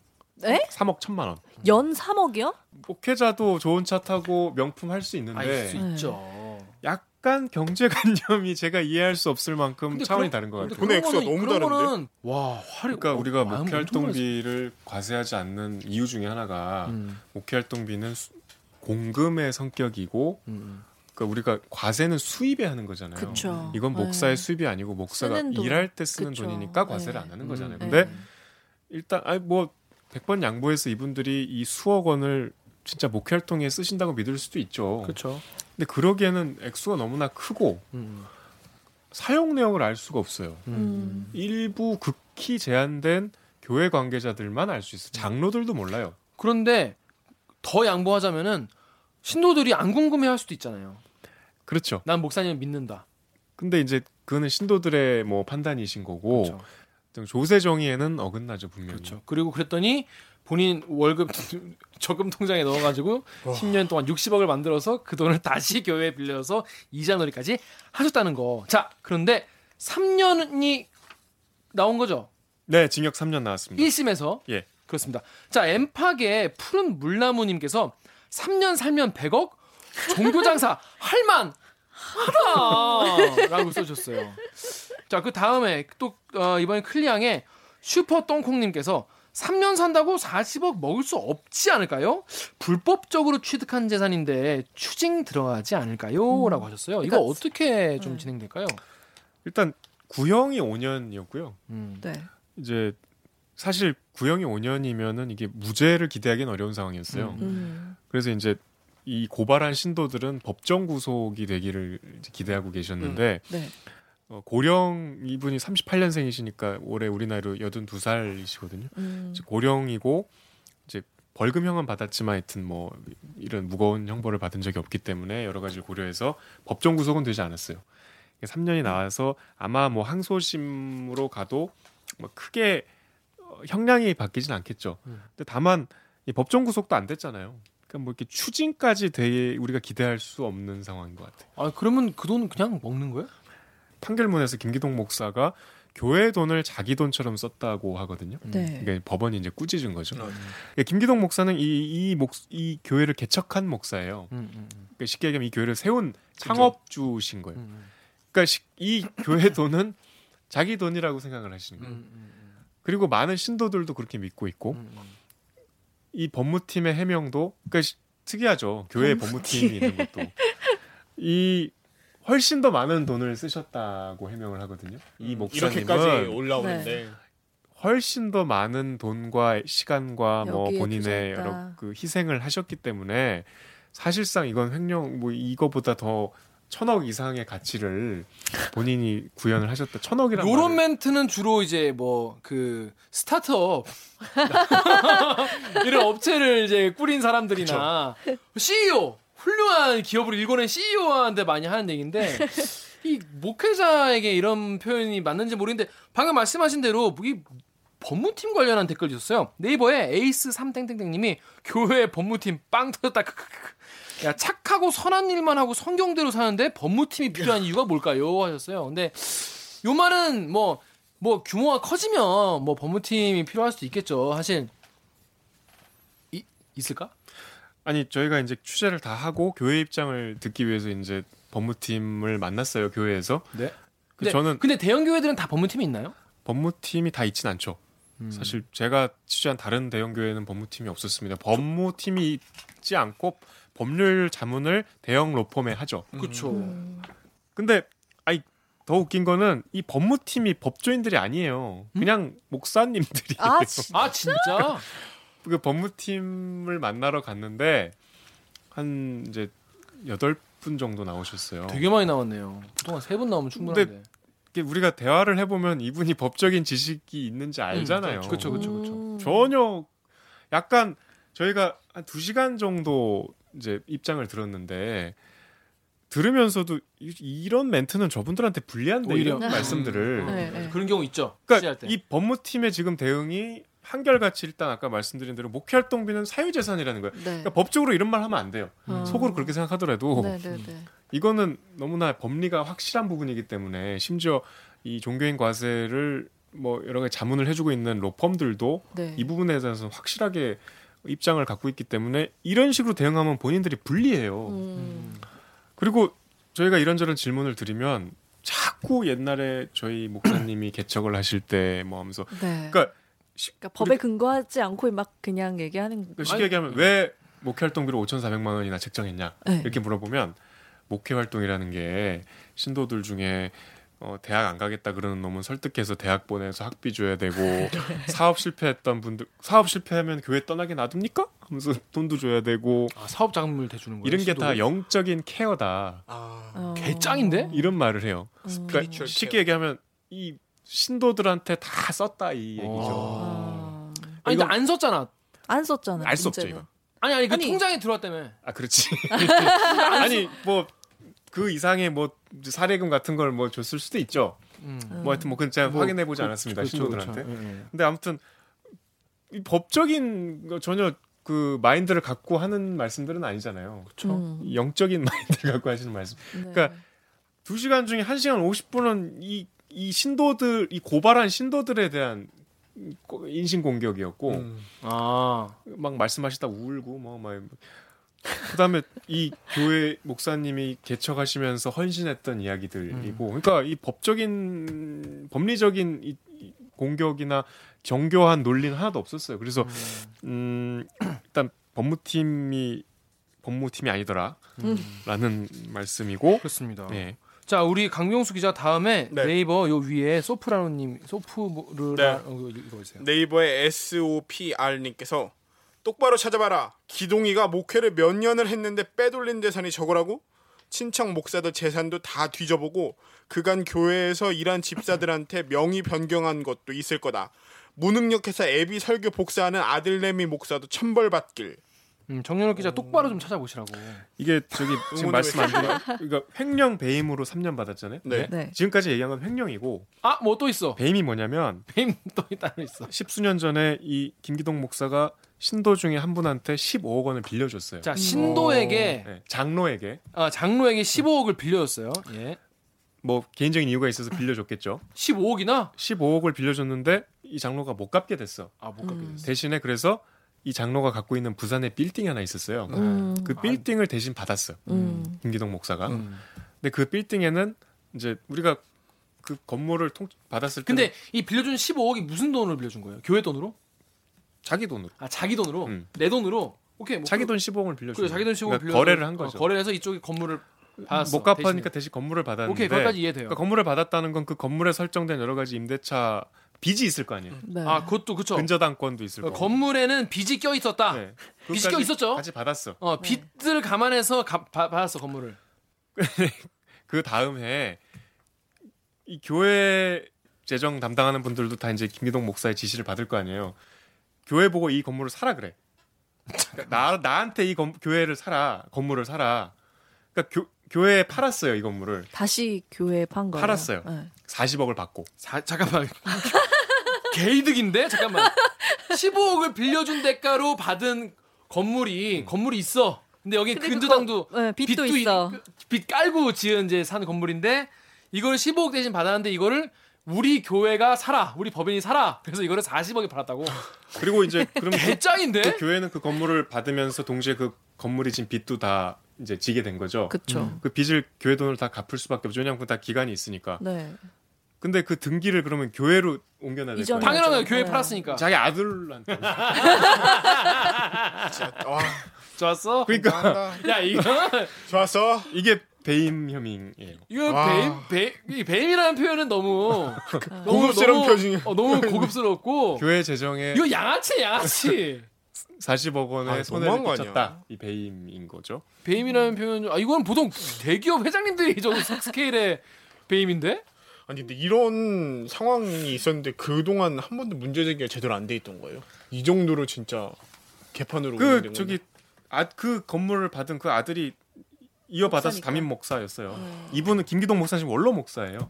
네? 3억 천만 원. 연 3억이요? 목회자도 좋은 차 타고 명품 할 수 있는데 아, 있을 수 네. 있죠. 음, 약간 경제관념이 제가 이해할 수 없을 만큼 근데 차원이 다른 그런- 것 근데 같아요. 돈의 그런 액수가 거는- 너무 그런 다른데? 거는 와, 화려. 그러니까 우리가 어, 목회 마음 엄청 많이 활동비를 과세하지 않는 이유 중에 하나가 쓰- 음, 목회 활동비는 수- 공금의 성격이고 음, 음. 그러니까 우리가 과세는 수입에 하는 거잖아요. 그쵸. 이건 목사의 네. 수입이 아니고 목사가 쓰는 돈. 일할 때 쓰는 그쵸. 돈이니까 과세를 네. 안 하는 거잖아요. 네. 근데 일단 아니 뭐 100번 양보해서 이분들이 이 수억 원을 진짜 목회 활동에 쓰신다고 믿을 수도 있죠. 그렇죠. 근데 그러기에는 액수가 너무나 크고 음. 사용 내역을 알 수가 없어요. 음. 일부 극히 제한된 교회 관계자들만 알 수 있어요. 장로들도 몰라요. 그런데 더 양보하자면은 신도들이 안 궁금해할 수도 있잖아요. 그렇죠. 난 목사님을 믿는다. 근데 이제 그거는 신도들의 뭐 판단이신 거고 그렇죠. 조세 정의에는 어긋나죠 분명히. 그렇죠. 그리고 그랬더니 본인 월급 저금 통장에 넣어가지고 10년 동안 60억을 만들어서 그 돈을 다시 교회에 빌려서 이자놀이까지 하셨다는 거. 자, 그런데 3년이 나온 거죠. 네, 징역 3년 나왔습니다. 1심에서 예. 그렇습니다. 자, 엠팍의 푸른 물나무님께서 3년 살면 100억? 종교장사 할만! 하다! 라고 써주셨어요. 자, 그 다음에 또, 어, 이번에 클리앙의 슈퍼똥콩님께서 3년 산다고 40억 먹을 수 없지 않을까요? 불법적으로 취득한 재산인데 추징 들어가지 않을까요? 라고 하셨어요. 이거 그러니까- 어떻게 좀 진행될까요? 일단 구형이 5년이었고요. 음. 네. 이제 사실 구형이 5년이면은 이게 무죄를 기대하기는 어려운 상황이었어요. 음. 음. 그래서 이제 이 고발한 신도들은 법정 구속이 되기를 이제 기대하고 계셨는데 네. 어, 고령 이분이 38년생이시니까 올해 우리 나이로 82살이시거든요. 음. 이제 고령이고 이제 벌금형은 받았지만 하여튼 뭐 이런 무거운 형벌을 받은 적이 없기 때문에 여러 가지를 고려해서 법정 구속은 되지 않았어요. 3년이 나와서 아마 뭐 항소심으로 가도 뭐 크게 어, 형량이 바뀌진 않겠죠. 음. 근데 다만 이 법정 구속도 안 됐잖아요. 그러니까 뭐 이렇게 추징까지 돼 우리가 기대할 수 없는 상황인 것 같아요. 아, 그러면 그 돈 그냥 먹는 거예요? 판결문에서 김기동 목사가 교회 돈을 자기 돈처럼 썼다고 하거든요. 음. 네. 그러니까 법원이 이제 꾸짖은 거죠. 음. 그러니까 김기동 목사는 이 이 목 이 교회를 개척한 목사예요. 음, 음, 음. 그러니까 쉽게 얘기하면 이 교회를 세운 창업주신 거예요. 음, 음. 그러니까 시- 이 교회 돈은 자기 돈이라고 생각을 하시는 음, 거예요. 음, 그리고 많은 신도들도 그렇게 믿고 음, 있고 음, 음. 이 법무팀의 해명도 그러니까 시- 특이하죠. 교회 법무팀이 있는 것도 이 훨씬 더 많은 돈을 쓰셨다고 해명을 하거든요. 이 음. 이렇게까지 목사님은 올라오는데 네. 훨씬 더 많은 돈과 시간과 뭐 여기에 본인의 투자했다. 여러 그 희생을 하셨기 때문에 사실상 이건 횡령 뭐 이거보다 더 천억 이상의 가치를 본인이 구현을 하셨다. 천억이라는 요런 말을- 멘트는 주로 이제 뭐 그 스타트업 이런 업체를 이제 꾸린 사람들이나 CEO 훌륭한 기업을 일궈낸 CEO한테 많이 하는 얘기인데 이 목회자에게 이런 표현이 맞는지 모르겠는데 방금 말씀하신 대로 이 법무팀 관련한 댓글이 있었어요. 네이버에 에이스 삼땡땡땡님이 교회 법무팀 빵 터졌다. 크크크크. 야 착하고 선한 일만 하고 성경대로 사는데 법무팀이 필요한 이유가 뭘까요? 하셨어요. 근데 요 말은 뭐, 뭐 규모가 커지면 뭐 법무팀이 필요할 수도 있겠죠. 사실 이, 있을까? 아니 저희가 이제 취재를 다 하고 교회 입장을 듣기 위해서 이제 법무팀을 만났어요 교회에서. 네. 그 근데, 저는 근데 대형 교회들은 다 법무팀이 있나요? 법무팀이 다 있진 않죠. 음. 사실 제가 취재한 다른 대형 교회는 법무팀이 없었습니다. 법무팀이 있지 않고 법률 자문을 대형 로펌에 하죠. 그렇죠. 음. 근데 아이 더 웃긴 거는 이 법무팀이 법조인들이 아니에요. 그냥 목사님들이 아, 진- 음? 아 진짜? 그 법무팀을 만나러 갔는데 한 이제 여덟 분 정도 나오셨어요. 되게 많이 나왔네요. 보통 한 세 분 나오면 충분한데. 이게 우리가 대화를 해보면 이분이 법적인 지식이 있는지 알잖아요. 그렇죠, 그렇죠, 그렇죠. 음. 전혀 약간 저희가 한 두 시간 정도 이제 입장을 들었는데 들으면서도 이- 이런 멘트는 저분들한테 불리한데 오히려. 이런 말씀들을 음. 네, 네. 그런 경우 있죠. 그러니까 취재할 때. 이 법무팀의 지금 대응이 한결같이 일단 아까 말씀드린 대로 목회활동비는 사유재산이라는 거예요. 네. 그러니까 뭐. 법적으로 이런 말 하면 안 돼요. 어. 속으로 그렇게 생각하더라도 네, 네, 네. 이거는 너무나 법리가 확실한 부분이기 때문에 심지어 이 종교인 과세를 뭐 여러 가지 자문을 해주고 있는 로펌들도 네. 이 부분에 대해서 는 확실하게 입장을 갖고 있기 때문에 이런 식으로 대응하면 본인들이 불리해요. 음. 그리고 저희가 이런저런 질문을 드리면 자꾸 옛날에 저희 목사님이 개척을 하실 때 뭐 하면서 네. 그러니까 시- 그러니까 법에 근거하지 않고 막 그냥 얘기하는 그러니까 쉽게 아니, 얘기하면 왜 목회활동비로 5,400만 원이나 책정했냐 네. 이렇게 물어보면 목회활동이라는 게 신도들 중에 어, 대학 안 가겠다 그러는 놈은 설득해서 대학 보내서 학비 줘야 되고 사업 실패했던 분들 사업 실패하면 교회 떠나게 놔둡니까? 하면서 돈도 줘야 되고 아, 사업 자금을 대주는 거예요. 이런 게 다 시도를? 영적인 케어다 아, 어. 개짱인데? 이런 말을 해요. 음. 그러니까 스피리추얼 쉽게 케어. 얘기하면 이 신도들한테 다 썼다 이 얘기죠. 아. 아니 이거- 근데 안 썼잖아. 안 썼잖아요. 알 수 없죠 문제는. 이거. 아니 아니 그 아니. 통장에 들어왔다며. 아 그렇지. 아니 뭐 그 이상의 뭐 사례금 같은 걸 뭐 줬을 수도 있죠. 음. 뭐 하여튼 뭐 그건 제가 뭐, 확인해 보지 그- 않았습니다 그렇죠, 신도들한테. 그렇죠. 예, 예. 근데 아무튼 이 법적인 거 전혀 그 마인드를 갖고 하는 말씀들은 아니잖아요. 음. 이 영적인 마인드를 갖고 하시는 말씀. 네. 그러니까 두 시간 중에 한 시간 오십 분은 이 이 신도들 이 고발한 신도들에 대한 인신 공격이었고 음. 아, 막 말씀하시다 울고 뭐막 그다음에 이 교회 목사님이 개척하시면서 헌신했던 이야기들이고 그러니까 이 법적인 법리적인 이, 이 공격이나 정교한 논리는 하나도 없었어요. 그래서 음 일단 법무팀이 법무팀이 아니더라라는 말씀이고 그렇습니다. 예. 자, 우리 강명수 기자 다음에 네. 네. 이버요 위에 소프라노님 소프를 네. 읽어보세요. 네이버의 SOPR님께서 똑바로 찾아봐라. 기동이가 목회를 몇 년을 했는데 빼돌린 재산이 저거라고? 친척 목사들 재산도 다 뒤져보고 그간 교회에서 일한 집사들한테 명의 변경한 것도 있을 거다. 무능력해서 애비 설교 복사하는 아들내미 목사도 천벌받길. 음, 정연호 어. 기자 똑바로 좀 찾아보시라고. 이게 저기 지금 말씀 안 드려. 그러니까 횡령 배임으로 3년 받았잖아요. 네. 네. 지금까지 얘기한 건 횡령이고 아, 뭐 또 있어? 배임이 뭐냐면 뱀또 따로 있어. 십수년 전에 이 김기동 목사가 신도 중에 한 분한테 15억 원을 빌려줬어요. 자, 신도에게 예, 장로에게 아, 장로에게 15억을 빌려줬어요. 예. 뭐 개인적인 이유가 있어서 빌려줬겠죠. 15억이나? 15억을 빌려줬는데 이 장로가 못 갚게 됐어. 아, 못 음. 갚게 됐어. 대신에 그래서 이 장로가 갖고 있는 부산에 빌딩이 하나 있었어요. 음. 그 빌딩을 대신 받았어. 김기동 목사가. 아. 음. 근데 그 빌딩에는 이제 우리가 그 건물을 통 받았을 때 근데 이 빌려준 15억이 무슨 돈으로 빌려준 거예요? 교회 돈으로? 자기 돈으로 아, 자기 돈으로? 음. 내 돈으로? 오케이. 뭐 자기 그- 돈 15억을 빌려줬어. 그래, 자기 돈 15억 빌려 거래를 한 거죠. 거래해서 어, 이쪽이 건물을 받았어. 못 갚으니까 대신 건물을 받았는데 오케이, 그것까지 이해돼요. 그러니까 건물을 받았다는 건 그 건물에 설정된 여러 가지 임대차 빚이 있을 거 아니에요. 네. 아, 그것도 그쵸 근저당권도 있을 그러니까 거고. 건물에는 빚이 껴 있었다. 네. 빚이 그것까지 껴 있었죠? 같이 받았어. 네. 어, 빚을 감안해서 가- 바- 받았어 건물을. 그 다음 해에 이 교회 재정 담당하는 분들도 다 이제 김기동 목사의 지시를 받을 거 아니에요. 교회 보고 이 건물을 사라 그래. 그러니까 나 나한테 이 건- 교회를 사라 건물을 사라. 그러니까 교, 교회에 팔았어요 이 건물을 다시 교회에 판 거예요. 팔았어요. 네. 40억을 받고. 자, 잠깐만. 개이득인데? 잠깐만. 15억을 빌려준 대가로 받은 건물이 건물이 있어. 근데 여기 근데 근저당도 그거- 네, 빚도 있어. 이- 빚 깔고 지은 이제 산 건물인데 이걸 15억 대신 받았는데 이거를 우리 교회가 사라. 우리 법인이 사라. 그래서 이거를 40억에 팔았다고. 그리고 이제 그럼 그- 개짱인데? 네? 그 교회는 그 건물을 받으면서 동시에 그 건물이 진 빚도 다 이제 지게 된 거죠. 그, 그쵸. 빚을 교회 돈을 다 갚을 수밖에 없죠. 왜냐하면 그건 다 기간이 있으니까. 네. 근데 그 등기를 그러면 교회로 옮겨놔야 될 이전에- 거예요. 당연하죠. 교회 그 에 네. 팔았으니까. 자기 아들한테. 진짜, 와, 좋았어? 그러니까 대단하다. 야, 이거 좋았어. 이게 배임 혐의예요. 이거 와. 배임 배, 이 배임이라는 표현은 너무 너무- 아. 그러니까 고급스러운 너무- 표정이. 어, 너무 고급스럽고 교회 재정에 이거 양아치 양아치 40억 원의 아, 손해를 너무한 거 끼쳤다. 아니야? 이 배임인 거죠. 배임이라는 표현 아 이건 보통 대기업 회장님들이 이 정도 스케일의 배임인데 아니 근데 이런 상황이 있었는데 그 동안 한 번도 문제 제기가 제대로 안 돼 있던 거예요. 이 정도로 진짜 개판으로 그 운영된 저기 건데. 아, 그 건물을 받은 그 아들이 이어받아서 목사니까. 음. 담임 목사였어요. 이분은 김기동 목사님 원로 목사예요.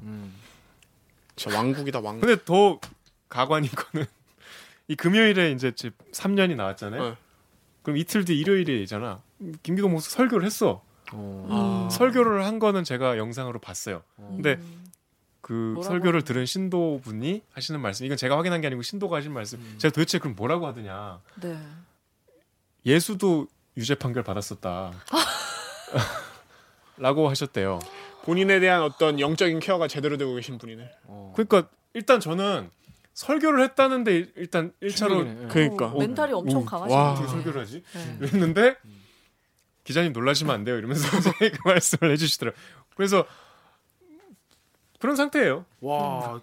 진짜 왕국이다 왕국. 근데 더 가관인 거는 이 금요일에 이제 3년이 나왔잖아요. 네. 그럼 이틀 뒤 일요일이잖아. 김기동 목사 설교를 했어. 음, 아. 설교를 한 거는 제가 영상으로 봤어요. 근데 그 뭐라고 설교를 들은 신도분이 하시는 말씀, 이건 제가 확인한 게 아니고 신도가 하신 말씀. 제가 도대체 그럼 뭐라고 하더냐. 네. 예수도 유죄 판결 받았었다. 라고 하셨대요. 본인에 대한 어떤 영적인 케어가 제대로 되고 계신 분이네. 그러니까 일단 저는 설교를 했다는데 일단 일차로 충격이네. 예. 그러니까. 어, 멘탈이 엄청 오, 강하시네요. 와. 어떻게 설교를 음. 하지? 네. 그랬는데 기자님 놀라시면 안 돼요 이러면서 이제 그 말씀을 해주시더라고요. 그래서 그런 상태예요. 와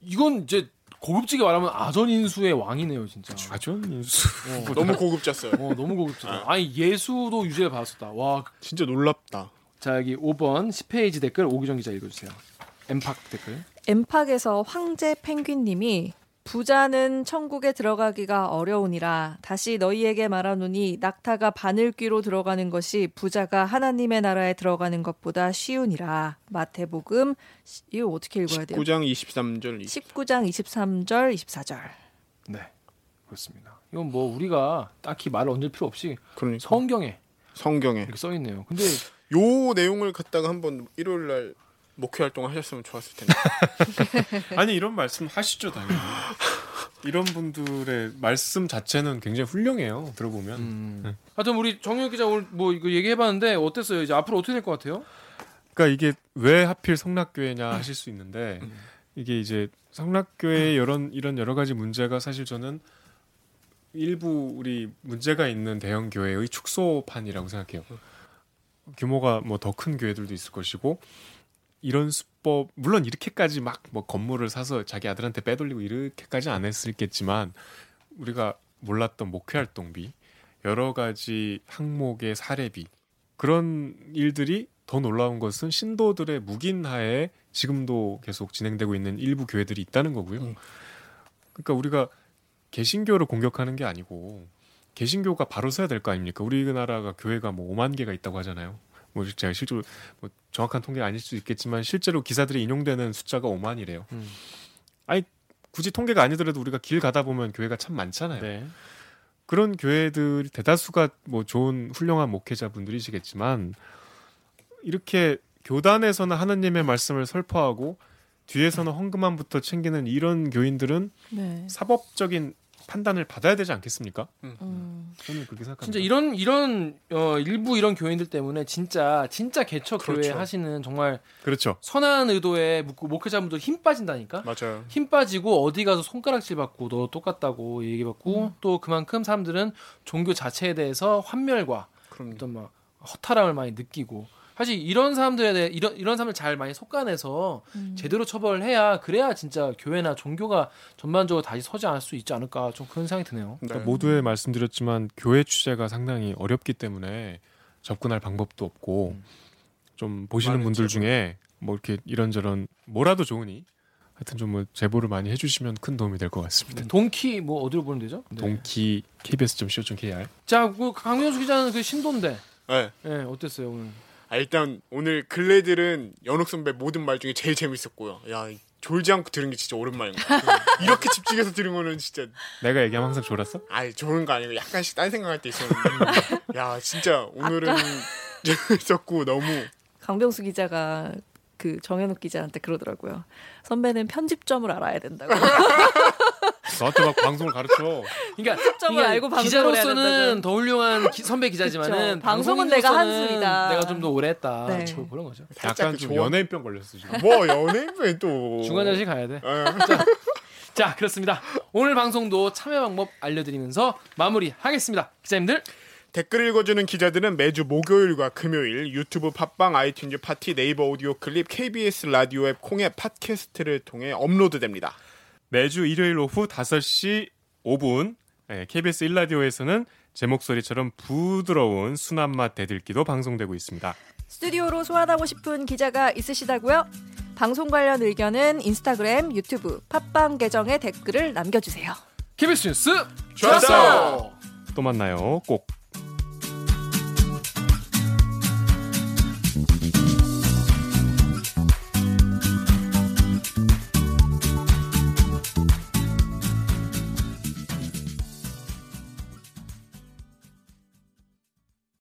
이건 이제 고급지게 말하면 아전인수의 왕이네요 진짜 좌전 인수. 어, 아, 너무 고급졌어요. 어, 너무 고급지다 아니 예수도 유죄 받았었다 와 진짜 놀랍다. 자 여기 5번 10페이지 댓글 오기정 기자 읽어주세요 엠팍 댓글 엠팍에서 황제 펭귄님이 부자는 천국에 들어가기가 어려우니라 다시 너희에게 말하노니 낙타가 바늘귀로 들어가는 것이 부자가 하나님의 나라에 들어가는 것보다 쉬우니라 마태복음 시- 이거 어떻게 읽어야 돼요? 9장 23절. 19장 23절 24절 네 그렇습니다 이건 뭐 우리가 딱히 말을 얹을 필요 없이 그러니까 성경에 성경에 이렇게 써 있네요 근데 요 내용을 갖다가 한번 일요일 날 목회 활동을 하셨으면 좋았을 텐데. 아니 이런 말씀 하시죠 당연히. 이런 분들의 말씀 자체는 굉장히 훌륭해요. 들어보면 음. 하여튼 우리 정윤 기자 오늘 뭐 이거 얘기해봤는데 어땠어요? 이제 앞으로 어떻게 될 것 같아요? 그러니까 이게 왜 하필 성락교회냐 하실 수 있는데 이게 이제 성락교회 이런 이런 여러 가지 문제가 사실 저는 일부 우리 문제가 있는 대형 교회의 축소판이라고 생각해요. 규모가 뭐 더 큰 교회들도 있을 것이고 이런 수법 물론 이렇게까지 막 뭐 건물을 사서 자기 아들한테 빼돌리고 이렇게까지 안 했을겠지만 우리가 몰랐던 목회 활동비 여러 가지 항목의 사례비 그런 일들이 더 놀라운 것은 신도들의 묵인하에 지금도 계속 진행되고 있는 일부 교회들이 있다는 거고요. 예. 그러니까 우리가 개신교를 공격하는 게 아니고 개신교가 바로 서야 될 거 아닙니까? 우리나라가 교회가 뭐 5만 개가 있다고 하잖아요. 뭐 제가 실제로 뭐 정확한 통계 아닐 수 있겠지만 실제로 기사들이 인용되는 숫자가 5만이래요. 음. 아니 굳이 통계가 아니더라도 우리가 길 가다 보면 교회가 참 많잖아요. 네. 그런 교회들 대다수가 뭐 좋은 훌륭한 목회자분들이시겠지만 이렇게 교단에서는 하나님의 말씀을 설파하고 뒤에서는 헌금함부터 챙기는 이런 교인들은 네. 사법적인 판단을 받아야 되지 않겠습니까? 음. 저는 그렇게 생각합니다. 진짜 이런 이런 어, 일부 이런 교인들 때문에 진짜 진짜 개척 교회 그렇죠. 하시는 정말 그렇죠. 선한 의도의 목- 목회자분들 힘 빠진다니까. 맞아요. 힘 빠지고 어디 가서 손가락질 받고 너 똑같다고 얘기받고 또 그만큼 사람들은 종교 자체에 대해서 환멸과 그럼 어떤 막 허탈함을 많이 느끼고 사실 이런 사람들에 대해 이런 이런 사람들 잘 많이 속간해서 음. 제대로 처벌해야 그래야 진짜 교회나 종교가 전반적으로 다시 서지 않을 수 있지 않을까 좀 그런 생각이 드네요. 네. 그러니까 모두에 말씀드렸지만 교회 취재가 상당히 어렵기 때문에 접근할 방법도 없고 좀 보시는 음. 많은 분들 중에 뭐 이렇게 이런저런 뭐라도 좋으니 하여튼 좀 뭐 제보를 많이 해주시면 큰 도움이 될 것 같습니다. 동키 뭐 어디로 보면 되죠? 네. 동키 kbs.co.kr 자, 그 강명수 기자는 그 신도인데, 네. 예, 어땠어요 오늘? 아, 일단 오늘 글래들은 연옥 선배 모든 말 중에 제일 재밌었고요. 야 졸지 않고 들은 게 진짜 오랜만인 것 같아요. 이렇게 집중해서 들은 거는 진짜 내가 얘기하면 항상 졸았어? 아니 좋은 거 아니고 약간씩 딴 생각할 때 있었는데 야 진짜 오늘은 재밌었고 너무 강병수 기자가 그 정현욱 기자한테 그러더라고요. 선배는 편집점을 알아야 된다고. 너한테 막 방송을 가르쳐. 그러니까, 점을 알고 방송을 해야 기자로서는 된다는. 더 훌륭한 기- 선배 기자지만은 그쵸. 방송은 내가 방송인으로서는 한수이다. 내가 좀 더 오래 했다. 네. 뭐 그런 거죠. 살짝 약간 그 좀 조언- 연예인병 걸렸어 지금. 뭐 연예인분 또 중간 자식 가야 돼. 자, 자, 그렇습니다. 오늘 방송도 참여 방법 알려드리면서 마무리하겠습니다. 기자님들 댓글 읽어주는 기자들은 매주 목요일과 금요일 유튜브 팟빵 아이튠즈 파티 네이버 오디오 클립 KBS 라디오 앱 콩의 팟캐스트를 통해 업로드됩니다. 매주 일요일 오후 5시 5분 예, KBS 1라디오에서는 제 목소리처럼 부드러운 순한 맛 대들기도 방송되고 있습니다. 스튜디오로 소환하고 싶은 기자가 있으시다고요? 방송 관련 의견은 인스타그램, 유튜브, 팟빵 계정에 댓글을 남겨주세요. KBS 뉴스 좋았어! 또 만나요. 꼭